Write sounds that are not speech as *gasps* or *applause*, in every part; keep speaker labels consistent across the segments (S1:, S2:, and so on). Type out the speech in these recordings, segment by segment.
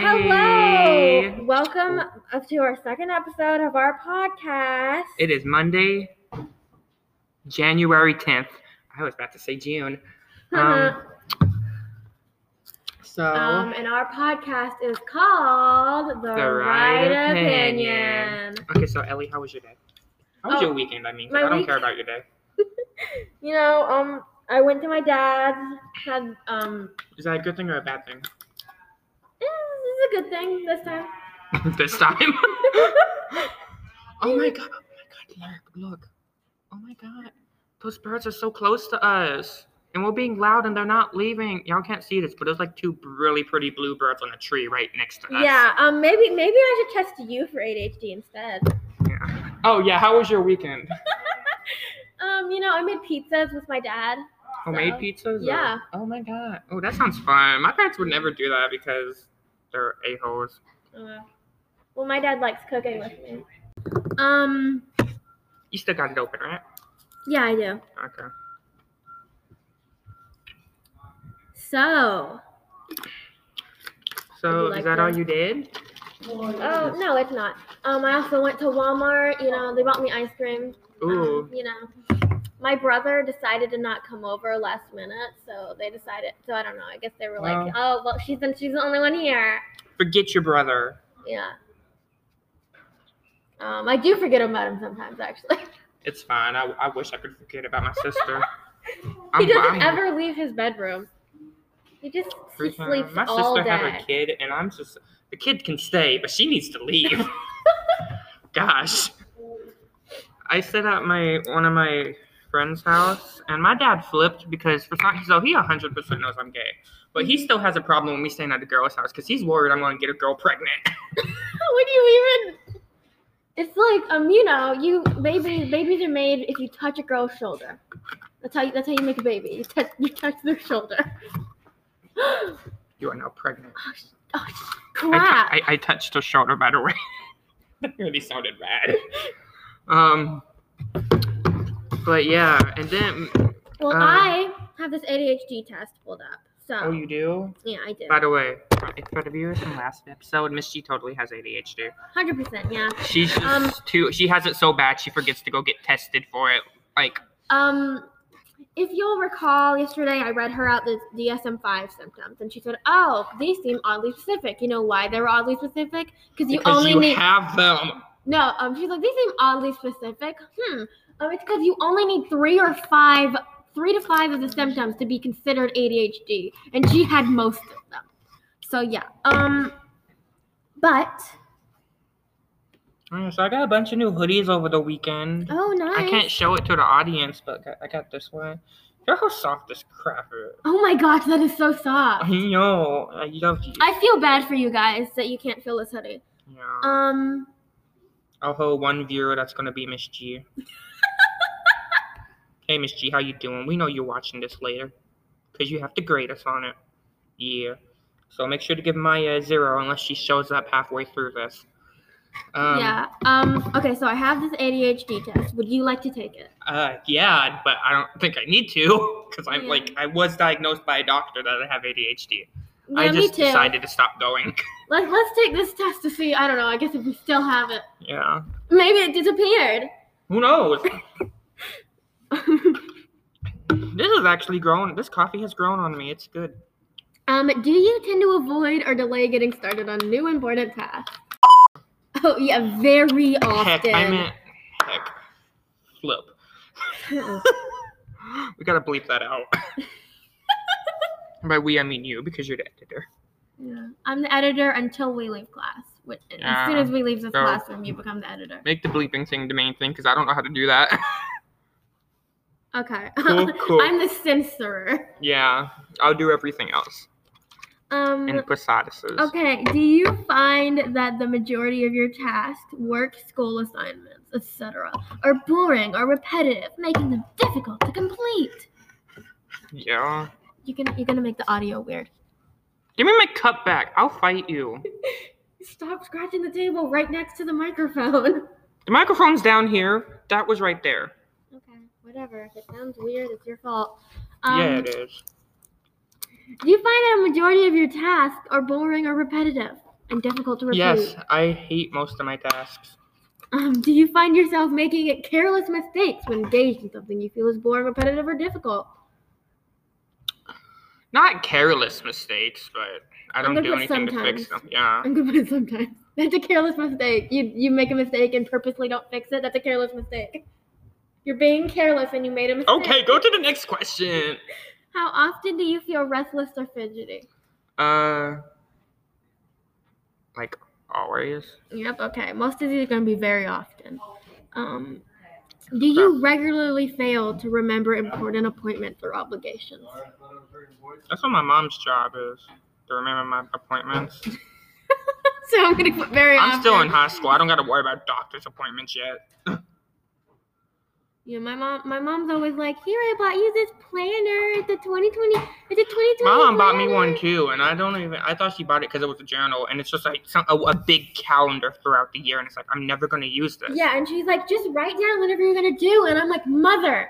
S1: Hey.
S2: Hello! Welcome up to our second episode of our podcast. *laughs*
S1: It is Monday, January 10th. I was about to say June. Um, so,
S2: Um, and our podcast is called The,
S1: The
S2: Right,
S1: Right
S2: Opinion.
S1: okay, so Ellie, how was your day? How was
S2: Oh,
S1: your weekend? I mean, 'cause
S2: my
S1: I don't
S2: week-
S1: care about your day.
S2: You know, um, I went to my dad's. Had um,
S1: Is that a good thing or a bad thing *laughs*
S2: eh, this is a good thing this time. *laughs*
S1: this time? *laughs* oh my god! Oh my god! Look! Look! Oh my god! Those birds are so close to us, and we're being loud, and they're not leaving. Y'all can't see this, but there's like two really pretty bluebirds on a tree right next to us.
S2: yeah. Um. Maybe maybe I should test you for ADHD instead.
S1: Yeah. Oh yeah. How was your weekend?
S2: Um. You know, I made pizzas with my dad.
S1: Homemade
S2: So,
S1: pizzas? or-
S2: yeah.
S1: Oh my god. Oh, that sounds fun. My parents would never do that because they're a holes.
S2: Uh, well, my dad likes cooking with me. Um.
S1: You still got it open, right?
S2: Yeah, I do.
S1: Okay.
S2: So.
S1: So
S2: Would you
S1: is
S2: like
S1: that all
S2: to-
S1: you did?
S2: Oh no, it's not. Um, I also went to Walmart. You know, they bought me ice cream. um,
S1: Ooh.
S2: you know, my brother decided to not come over last minute, so they decided. So I don't know. I guess they were like, oh well, she's the, she's the only one here.
S1: Forget your brother.
S2: Yeah. Um, I do forget about him sometimes, actually. *laughs*
S1: It's fine. I, I wish I could forget about my sister.
S2: he
S1: I'm-
S2: doesn't ever leave his bedroom. He just he
S1: Freaking-
S2: sleeps
S1: My
S2: all
S1: sister
S2: day.
S1: had a kid, and I'm just the kid can stay, but she needs to
S2: *laughs*
S1: leave. Gosh, I set up my one of my friend's house, and my dad flipped because for some so he 100 percent knows I'm gay, but
S2: Mm-hmm.
S1: he still has a problem with me staying at a girl's house because he's worried I'm going to get a girl pregnant.
S2: *laughs* what do you even? It's like um, you know, you babies babies are made if you touch a girl's shoulder. That's how you, that's how you make a baby. You touch you touch their shoulder. *gasps* oh
S1: You are now pregnant. I, tou-
S2: crap!
S1: I, I touched her shoulder by the way. *laughs* that really sounded bad. Um, but yeah, and then
S2: well,
S1: uh,
S2: I have this ADHD test pulled up. So
S1: oh, you do.
S2: yeah, I did.
S1: By the way, if for the viewers from last episode, Miss G totally has ADHD.
S2: Hundred percent, yeah.
S1: She's just
S2: Um,
S1: too. She has it so bad she forgets to go get tested for it. Like,
S2: Um, if you'll recall, yesterday I read her out the DSM-5 symptoms, and she said, "Oh, these seem oddly specific. You know why they were oddly specific? Because you
S1: because
S2: only
S1: you
S2: need
S1: have them.
S2: No, um, she's like, these seem oddly specific. Hmm. Um, it's because you only need three or five, three to five of the symptoms to be considered ADHD, and she had most of them. So yeah. Um, but
S1: Mm, So I got a bunch of new hoodies over the weekend.
S2: oh nice.
S1: I can't show it to the audience, but I- I got this one. Look how soft this crap is.
S2: oh my gosh, that is so
S1: I
S2: soft.
S1: know. I love you.
S2: I feel bad for you guys that you can't feel this hoodie.
S1: yeah.
S2: Um,
S1: I'll hold one viewer. That's gonna be Miss
S2: *laughs*
S1: G. hey, Miss G, how you doing? We know you're watching this later, cause you have to grade us on it. Yeah. So make sure to give Maya a zero unless she shows up halfway through this. Um,
S2: yeah. Um, okay, so I have this ADHD test. Would you like to take it?
S1: Uh, yeah, but I don't think I need to, cause I'm
S2: Yeah.
S1: like I was diagnosed by a doctor that I have ADHD.
S2: Yeah,
S1: I just
S2: me too.
S1: decided to stop going.
S2: Let, let's take this test to see. I don't know. I guess if we still have it,
S1: yeah.
S2: maybe it disappeared.
S1: Who knows? This is actually grown. This coffee has grown on me. It's good.
S2: *laughs* um, do you tend to avoid or delay getting started on new important tasks? Oh yeah, very
S1: Heck,
S2: often.
S1: I meant heck. Flip. *gasps* We gotta bleep that out. By we, I mean you, because you're the editor.
S2: *laughs* Yeah. I'm the editor until we leave class. Which, As soon
S1: Yeah,
S2: as we leave this
S1: so-
S2: classroom, you become the editor.
S1: Make the bleeping thing the main thing, because I don't know how to do that. *laughs*
S2: Okay. *laughs*
S1: Cool, cool.
S2: I'm the censorer.
S1: yeah, I'll do everything else. And
S2: Um.
S1: prosodices.
S2: Okay. Do you find that the majority of your tasks, work, school assignments, etc., are boring or repetitive, making them difficult to complete?
S1: Yeah.
S2: You can. You're gonna make the audio weird.
S1: Give me my cup back. I'll fight you.
S2: Stop scratching the table right next to the microphone. *laughs*
S1: The microphone's down here. That was right there.
S2: Okay, whatever. If it sounds weird, it's your fault. Um,
S1: yeah, it is.
S2: Do you find that a majority of your tasks are boring or repetitive? and difficult to repeat.
S1: Yes, I hate most of my tasks.
S2: Um, do you find yourself making it careless mistakes when engaged in something you feel is boring, repetitive, or difficult?
S1: Not careless mistakes, but I
S2: I'm
S1: don't
S2: gonna
S1: do
S2: put
S1: anything to fix
S2: sometimes.
S1: them. Yeah.
S2: I'm gonna put it sometimes. *laughs* That's a careless mistake. You you make a mistake and purposely don't fix it. That's a careless mistake. You're being careless and you made a mistake.
S1: Okay, go to the next question.
S2: How often do you feel restless or fidgety?
S1: Uh, like always.
S2: Yep. Okay. Most of these are gonna be very often. Um, do you regularly fail to remember important appointments or obligations? *laughs*
S1: That's what my mom's job is to remember my *laughs* appointments.
S2: So I'm gonna put very often.
S1: I'm still in high school. I don't got to worry about doctor's appointments yet.
S2: Yeah, my mom. My mom's always like, "Here, I bought you this planner. It's a 2020. It's a 2020."
S1: My mom bought me one
S2: planner."
S1: too, and I don't even. I thought she bought it because it was a journal, and it's just like some, a, a big calendar throughout the year, and it's like I'm never gonna use this.
S2: Yeah, and she's like, "Just write down whatever you're gonna do." And I'm like, "Mother,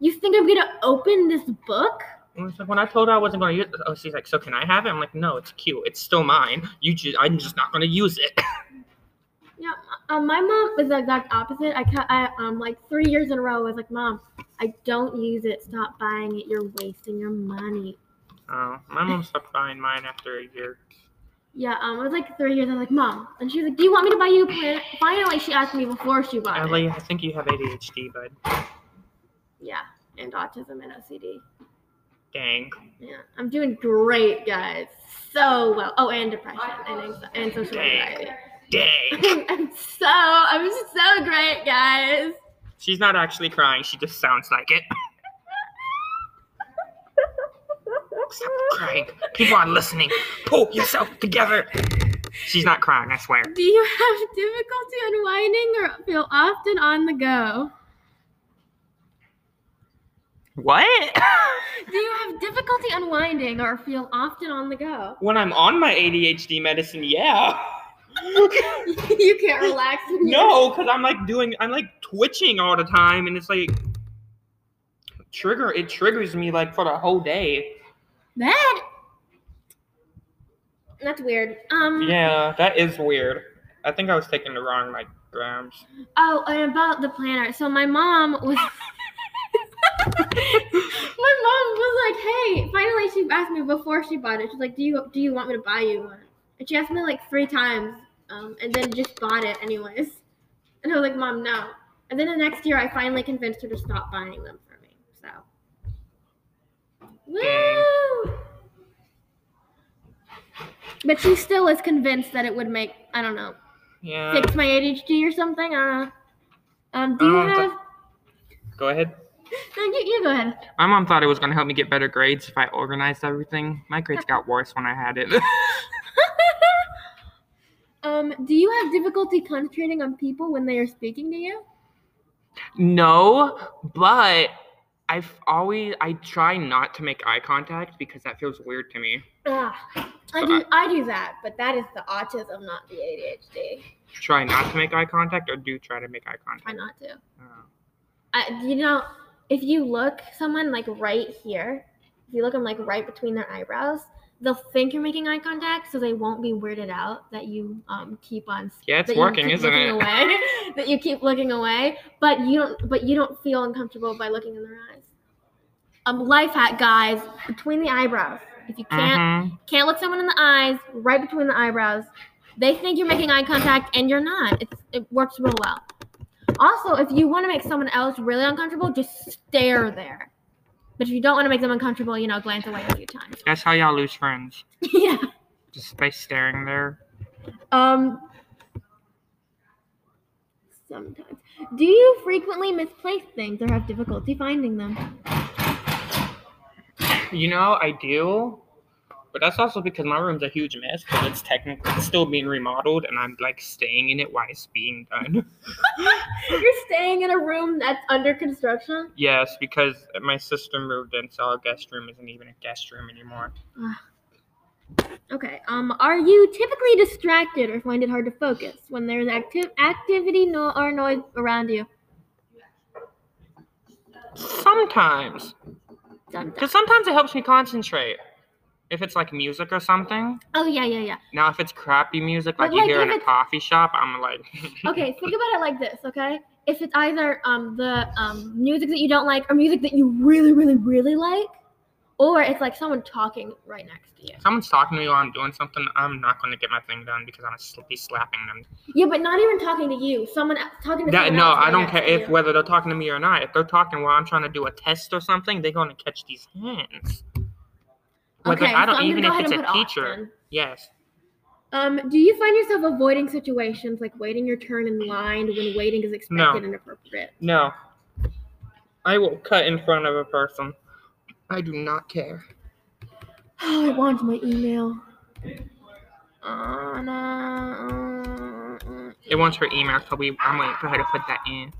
S2: you think I'm gonna open this book?"
S1: And it's like when I told her I wasn't gonna use it, oh, she's like, "So can I have it?" I'm like, "No, it's cute. It's still mine. You just, I'm just not gonna use it." *laughs*
S2: Um, my mom is the exact opposite. I, ca- I um like three years in a row. I was like, "Mom, I don't use it. Stop buying it. You're wasting your money."
S1: Oh, my mom stopped buying mine after a year.
S2: Yeah, um, it was like three years. I was like, "Mom," and she was like, "Do you want me to buy you a planner?" Finally, she asked me before she bought it.
S1: Ellie, I think you have ADHD, bud.
S2: Yeah, and autism and OCD.
S1: Dang.
S2: Yeah, I'm doing great, guys. So well. Oh, and depression and anxi- and social anxiety. *laughs*
S1: Dang.
S2: I'm so I'm so great, guys.
S1: *laughs* She's not actually crying. She just sounds like it. Stop crying. People are listening. Pull yourself together. She's not crying, I swear.
S2: Do you have difficulty unwinding or feel often on the go?
S1: What? *laughs*
S2: Do you have difficulty unwinding or feel often on the go?
S1: when I'm on my ADHD medicine, yeah.
S2: *laughs* you can't relax. when you're-
S1: no, because I'm like doing, I'm like twitching all the time, and it's like trigger. It triggers me like for the whole day.
S2: That. That's weird. Um.
S1: Yeah, that is weird. I think I was taking the wrong like grams.
S2: Oh, and about the planner. So my mom was. my mom was like, "Hey!" Finally, she asked me before she bought it. She's like, "Do you do you want me to buy you one?" And she asked me like three times, um, and then just bought it anyways. And I was like, "Mom, no." And then the next year, I finally convinced her to stop buying them for me. So. Woo! But she still is convinced that it would make I don't know
S1: Yeah.
S2: fix my ADHD or something. Uh, um, do you
S1: Um,
S2: have?
S1: Go ahead.
S2: No, you, you go ahead.
S1: My mom thought it was gonna help me get better grades if I organized everything. My grades got worse when I had it. *laughs*
S2: Um, do you have difficulty concentrating on people when they are speaking to you?
S1: no, but I've always I try not to make eye contact because that feels weird to me.
S2: Ah, I do. I do that, but that is the autism, not the ADHD.
S1: Try not to make eye contact, or do try to make eye
S2: Try
S1: contact.
S2: not to.
S1: Oh.
S2: I, you know, if you look someone like right here, if you look them like right between their eyebrows, they'll think you're making eye contact, so they won't be weirded out that you um keep on
S1: Yeah, it's
S2: that
S1: working,
S2: you keep
S1: isn't
S2: looking
S1: it?
S2: Away, *laughs* that you keep looking away, but you don't. But you don't feel uncomfortable by looking in their eyes. Um, life hack, guys, between the eyebrows. If you can't
S1: Mhm.
S2: can't look someone in the eyes, right between the eyebrows, they think you're making eye contact, and you're not. It's, it works real well. Also, if you want to make someone else really uncomfortable, just stare there. But if you don't want to make them uncomfortable, you know, glance away a few times. *laughs*
S1: That's how y'all lose friends.
S2: yeah.
S1: Just by staring there.
S2: Um. Sometimes. Do you frequently misplace things or have difficulty finding them?
S1: You know, I do. But that's also because my room's a huge mess because it's technically it's still being remodeled and I'm like staying in it while it's being done.
S2: You're staying in a room that's under construction.
S1: yes, because my sister moved in, so our guest room isn't even a guest room anymore.
S2: Okay. Um. Are you typically distracted or find it hard to focus when there's active activity no- or noise around you?
S1: Sometimes.
S2: Sometimes.
S1: Because sometimes it helps me concentrate. if it's like music or something.
S2: Oh yeah, yeah, yeah.
S1: Now, if it's crappy music
S2: But,
S1: like, you
S2: like,
S1: hear
S2: if
S1: in a
S2: it's-
S1: coffee shop, I'm like, *laughs*
S2: Okay, think about it like this, okay? If it's either um the um music that you don't like or music that you really, really, really like, or it's like someone talking right next to you.
S1: if someone's talking to me while I'm doing something, I'm not going to get my thing done because I'm going to be slapping them.
S2: Yeah, but not even talking to you. Someone el- talking to
S1: That,
S2: someone
S1: no,
S2: else
S1: I
S2: right
S1: don't
S2: next
S1: care
S2: to
S1: if
S2: you.
S1: whether they're talking to me or not. If they're talking while I'm trying to do a test or something, they're going to catch these hands. Whether
S2: okay,
S1: I don't
S2: so I'm
S1: even
S2: gonna
S1: if
S2: go
S1: it's
S2: ahead and
S1: a
S2: put off
S1: teacher.
S2: then.
S1: Yes.
S2: Um, do you find yourself avoiding situations like waiting your turn in line when waiting is expected
S1: No.
S2: and appropriate?
S1: No. I will cut in front of a person. I do not care.
S2: Oh, *sighs* I want my email. Uh, no, uh, uh.
S1: It wants her email, so we I'm waiting for her to put that in.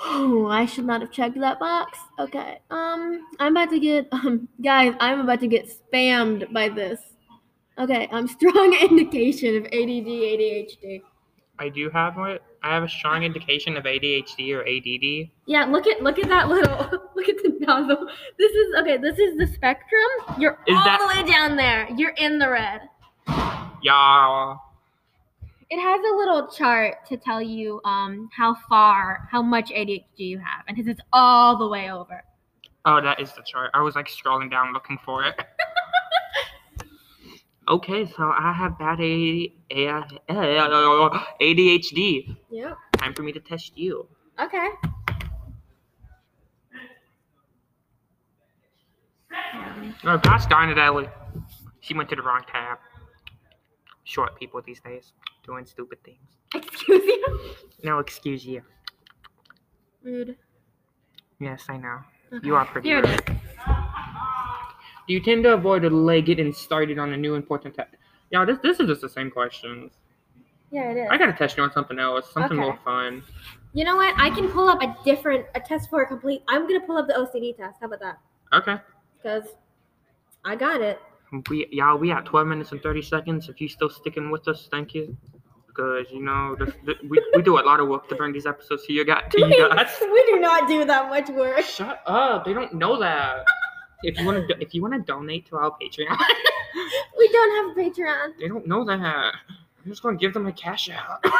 S2: Oh, I should not have checked that box. Okay. Um, I'm about to get *laughs* um guys, I'm about to get spammed by this. Okay, um *laughs* strong indication of ADD ADHD.
S1: I do have it. I have a strong indication of ADHD or ADD.
S2: Yeah, look at look at that little *laughs* look at the nozzle. This is okay, this is the spectrum. You're
S1: Is
S2: all
S1: that-
S2: the way down there. You're in the red.
S1: Y'all.
S2: It has a little chart to tell you um how far, how much ADHD you have, and his is all the way over.
S1: Oh, that is the chart. I was like scrolling down looking for it. okay, so I have bad A- A- ADHD.
S2: Yep.
S1: Time for me to test you.
S2: Okay.
S1: Oh, gosh darn it, Ellie. She went to the wrong tab. Short people these days doing stupid things.
S2: *laughs* Excuse you.
S1: No, excuse you.
S2: Rude.
S1: Yes, I know. You are pretty.
S2: Here it is.
S1: rude. Do you tend to avoid or delay getting started on a new important test? Yeah, this this is just the same questions.
S2: Yeah, it is.
S1: I gotta test you on something else, something
S2: Okay.
S1: more fun.
S2: You know what? I can pull up a different a test for a complete. I'm gonna pull up the OCD test. How about that?
S1: Okay.
S2: Because I got it.
S1: We y'all we at twelve minutes and thirty seconds. If you still sticking with us, thank you. Because you know this, th- we, we do a lot of work to bring these episodes to you
S2: *laughs*
S1: got to you guys.
S2: we do not do that much work. *laughs*
S1: Shut up! They don't know that. If you wanna do- if you wanna donate to our Patreon, *laughs*
S2: We don't have a Patreon.
S1: they don't know that. I'm just gonna give them a cash out. *laughs*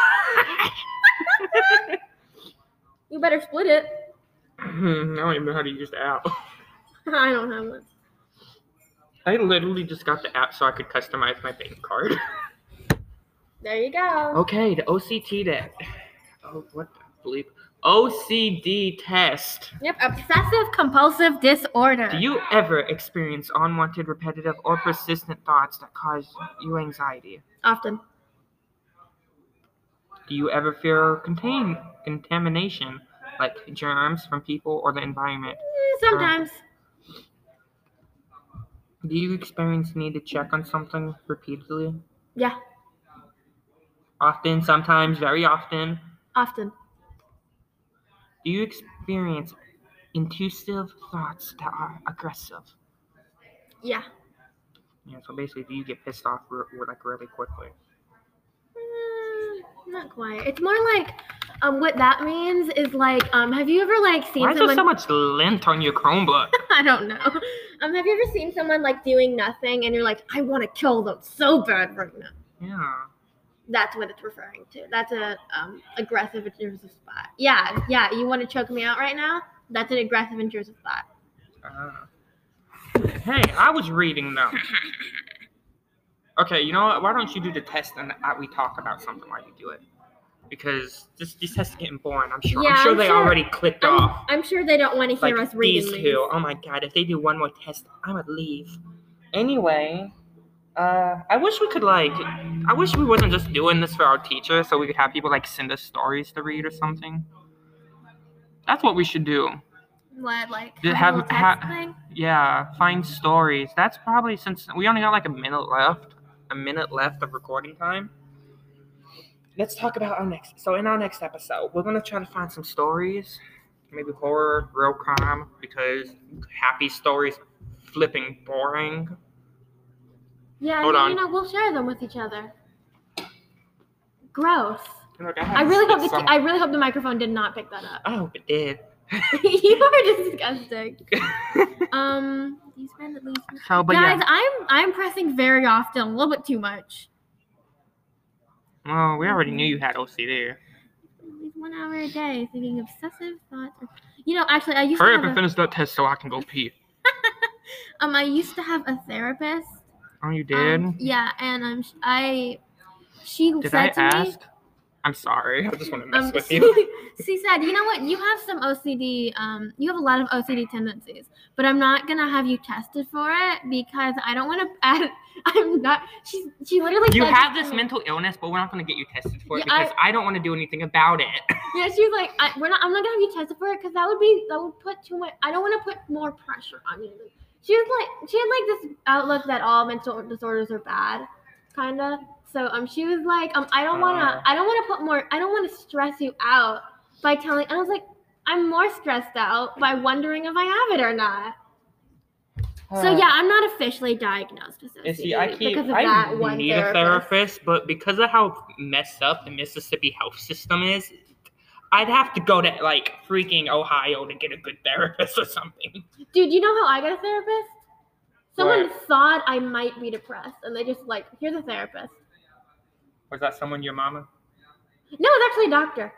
S2: You better split it. *laughs*
S1: Hmm, I don't even know how to use the app.
S2: I don't have one.
S1: I literally just got the app so I could customize my bank card. *laughs*
S2: There you go.
S1: Okay, the OCT test. Oh, what the bleep? OCD test.
S2: Yep, obsessive compulsive disorder.
S1: Do you ever experience unwanted, repetitive, or persistent thoughts that cause you anxiety?
S2: Often.
S1: Do you ever fear contain contamination, like germs from people or the environment?
S2: Mm, Sometimes.
S1: Do you experience need to check on something repeatedly?
S2: Yeah,
S1: Often, sometimes, very often.
S2: often.
S1: Do you experience intrusive thoughts that are aggressive?
S2: Yeah.
S1: Yeah, so basically, do you get pissed off re- re- like really quickly?
S2: Mm, Not quite. It's more like um what that means is like um have you ever like seen
S1: Why is there
S2: someone
S1: so much lint on your Chromebook? *laughs*
S2: *laughs* I don't know. Um, have you ever seen someone like doing nothing and you're like, I want to kill them so bad right now?
S1: yeah.
S2: That's what it's referring to. That's a um, aggressive intrusive spot. Yeah, yeah. You want to choke me out right now? That's an aggressive intrusive spot.
S1: Uh, Ah. hey, I was reading
S2: *laughs*
S1: though. Okay, you know what? Why don't you do the test and I, we talk about something while you do it? Because this these tests are getting boring. I'm sure.
S2: Yeah,
S1: I'm sure
S2: I'm
S1: they
S2: sure-
S1: already clicked
S2: I'm,
S1: off.
S2: I'm sure they don't want to
S1: Like
S2: hear us
S1: these
S2: reading these.
S1: two. Oh my god! If they do one more test, I would leave. Anyway, uh, I wish we could like. I wish we wasn't just doing this for our teachers, so we could have people like send us stories to read or something. That's what we should do.
S2: What, like
S1: Did have-
S2: have, a little
S1: ha-
S2: text thing?
S1: Yeah, find stories. That's probably since we only got like a minute left, a minute left of recording time. Let's talk about our next. So in our next episode, we're gonna try to find some stories, maybe horror, real crime, because happy stories, flipping boring.
S2: Yeah,
S1: Hold
S2: I mean,
S1: on.
S2: you know, we'll share them with each other. Gross.
S1: Look, had
S2: I
S1: to
S2: really
S1: spit
S2: hope the
S1: some-
S2: I really hope the microphone did not pick that up. *laughs*
S1: I hope it did.
S2: you are disgusting.
S1: *laughs*
S2: um, you spend at least.
S1: So, but
S2: Guys,
S1: yeah.
S2: I'm I'm pressing very often, a little bit too much.
S1: Well, we already knew you had OCD.
S2: At least one hour a day, thinking obsessive thoughts. or- You know, actually, I used
S1: Hurry
S2: to
S1: up
S2: have
S1: and
S2: a,
S1: finish that test so I can go pee.
S2: um, I used to have a therapist.
S1: Oh, you did?
S2: um, yeah, and um, sh- I, she
S1: did
S2: said
S1: I
S2: to me.
S1: ask? I'm sorry. I just want to mess
S2: Um,
S1: with
S2: she,
S1: you.
S2: *laughs* she said, "You know what? You have some OCD. Um, you have a lot of OCD tendencies, but I'm not gonna have you tested for it because I don't want to *laughs* add. I'm not. She she literally
S1: You
S2: said
S1: have
S2: to
S1: this
S2: me-
S1: mental illness, but we're not going to get you tested for it
S2: Yeah, I-
S1: because I, don't want to do anything about it.
S2: Yeah, she was like, I, we're not. I'm not gonna have you tested for it because that would be that would put too much. I don't want to put more pressure on you. She was like, she had like this outlook that all mental disorders are bad, kind of. So um, she was like, um, I don't wanna,
S1: Ah.
S2: I don't wanna put more, I don't wanna stress you out by telling. And I was like, I'm more stressed out by wondering if I have it or not. So yeah, I'm not officially diagnosed with
S1: And see, I
S2: OCD
S1: keep
S2: because of
S1: I
S2: that one
S1: need a
S2: therapist.
S1: therapist, but because of how messed up the Mississippi health system is, I'd have to go to like freaking Ohio to get a good therapist or something.
S2: Dude, you know how I got a therapist? Someone
S1: What?
S2: thought I might be depressed, and they just like, here's a therapist.
S1: Was that someone your mama?
S2: No, it's actually a doctor.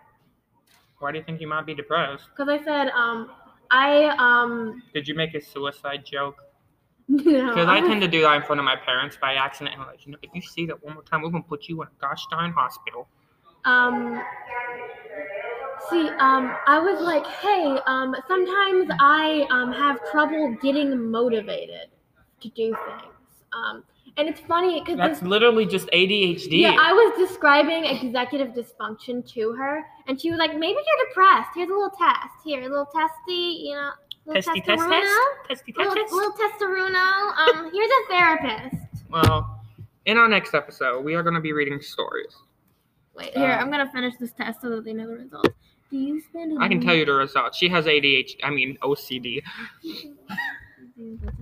S1: Why do you think you might be depressed?
S2: Because I said, um, I um, *laughs*
S1: Did you make a suicide joke?
S2: no,
S1: Because I tend to do that in front of my parents by accident. And I'm like, you know, if you see that one more time, we're gonna put you in a gosh darn hospital.
S2: um, see, um, I was like, hey, um, sometimes I um have trouble getting motivated to do things. Um, and it's funny because
S1: That's literally just ADHD.
S2: Yeah, I was describing executive dysfunction to her, and she was like, "Maybe you're depressed. Here's a little test. Here, a little testy. You know, little
S1: testy test
S2: testaruno,
S1: test. Testy test
S2: little,
S1: test.
S2: little testaruno. Um, here's a therapist.
S1: Well, in our next episode, we are gonna be reading stories.
S2: Wait, here,
S1: Um,
S2: I'm gonna finish this test so that they know the results. Do you spend?
S1: I can tell you the results. She has ADHD. I mean OCD.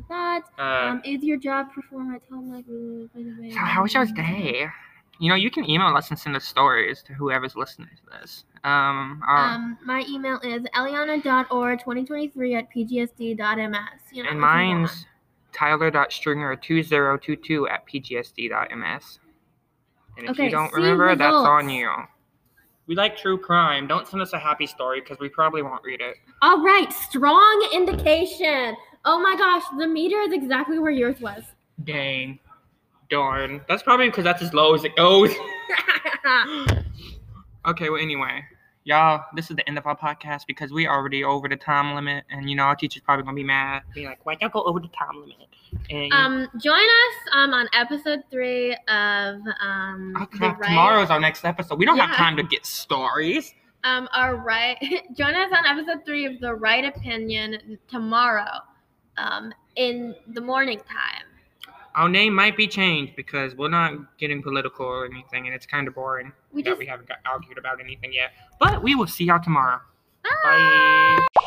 S2: That
S1: Uh,
S2: um, is your job performed at home? Like, ooh, by the way,
S1: so how was your
S2: um,
S1: day? You know, you can email us and send us stories to whoever's listening to this. Um, our,
S2: Um, my email is eliana.org2023 at pgsd.ms. You know, if you
S1: and
S2: want.
S1: mine's tyler.stringer2022 at pgsd.ms. And if
S2: Okay,
S1: you don't
S2: see
S1: remember, that's on
S2: results.
S1: you. We like true crime. Don't send us a happy story because we probably won't read it.
S2: All right, strong indication. Oh my gosh, the meter is exactly where yours was. *laughs*
S1: Dang. Darn. That's probably because that's as low as it goes. *laughs* Okay, well, anyway, y'all, this is the end of our podcast because we already over the time limit, and you know our teacher's probably gonna be mad, be like, "Why y'all go over the time limit?" And
S2: um, join us um on episode three of um
S1: oh,
S2: the
S1: crap,
S2: right-
S1: tomorrow's our next episode. We don't have
S2: Yeah.
S1: time to get stories.
S2: um our right *laughs* join us on episode three of the right opinion tomorrow, um in the morning time.
S1: Our name might be changed because we're not getting political or anything, and it's kind of boring
S2: We
S1: that
S2: just
S1: we haven't got argued about anything yet. But we will see y'all tomorrow.
S2: Bye.
S1: Bye.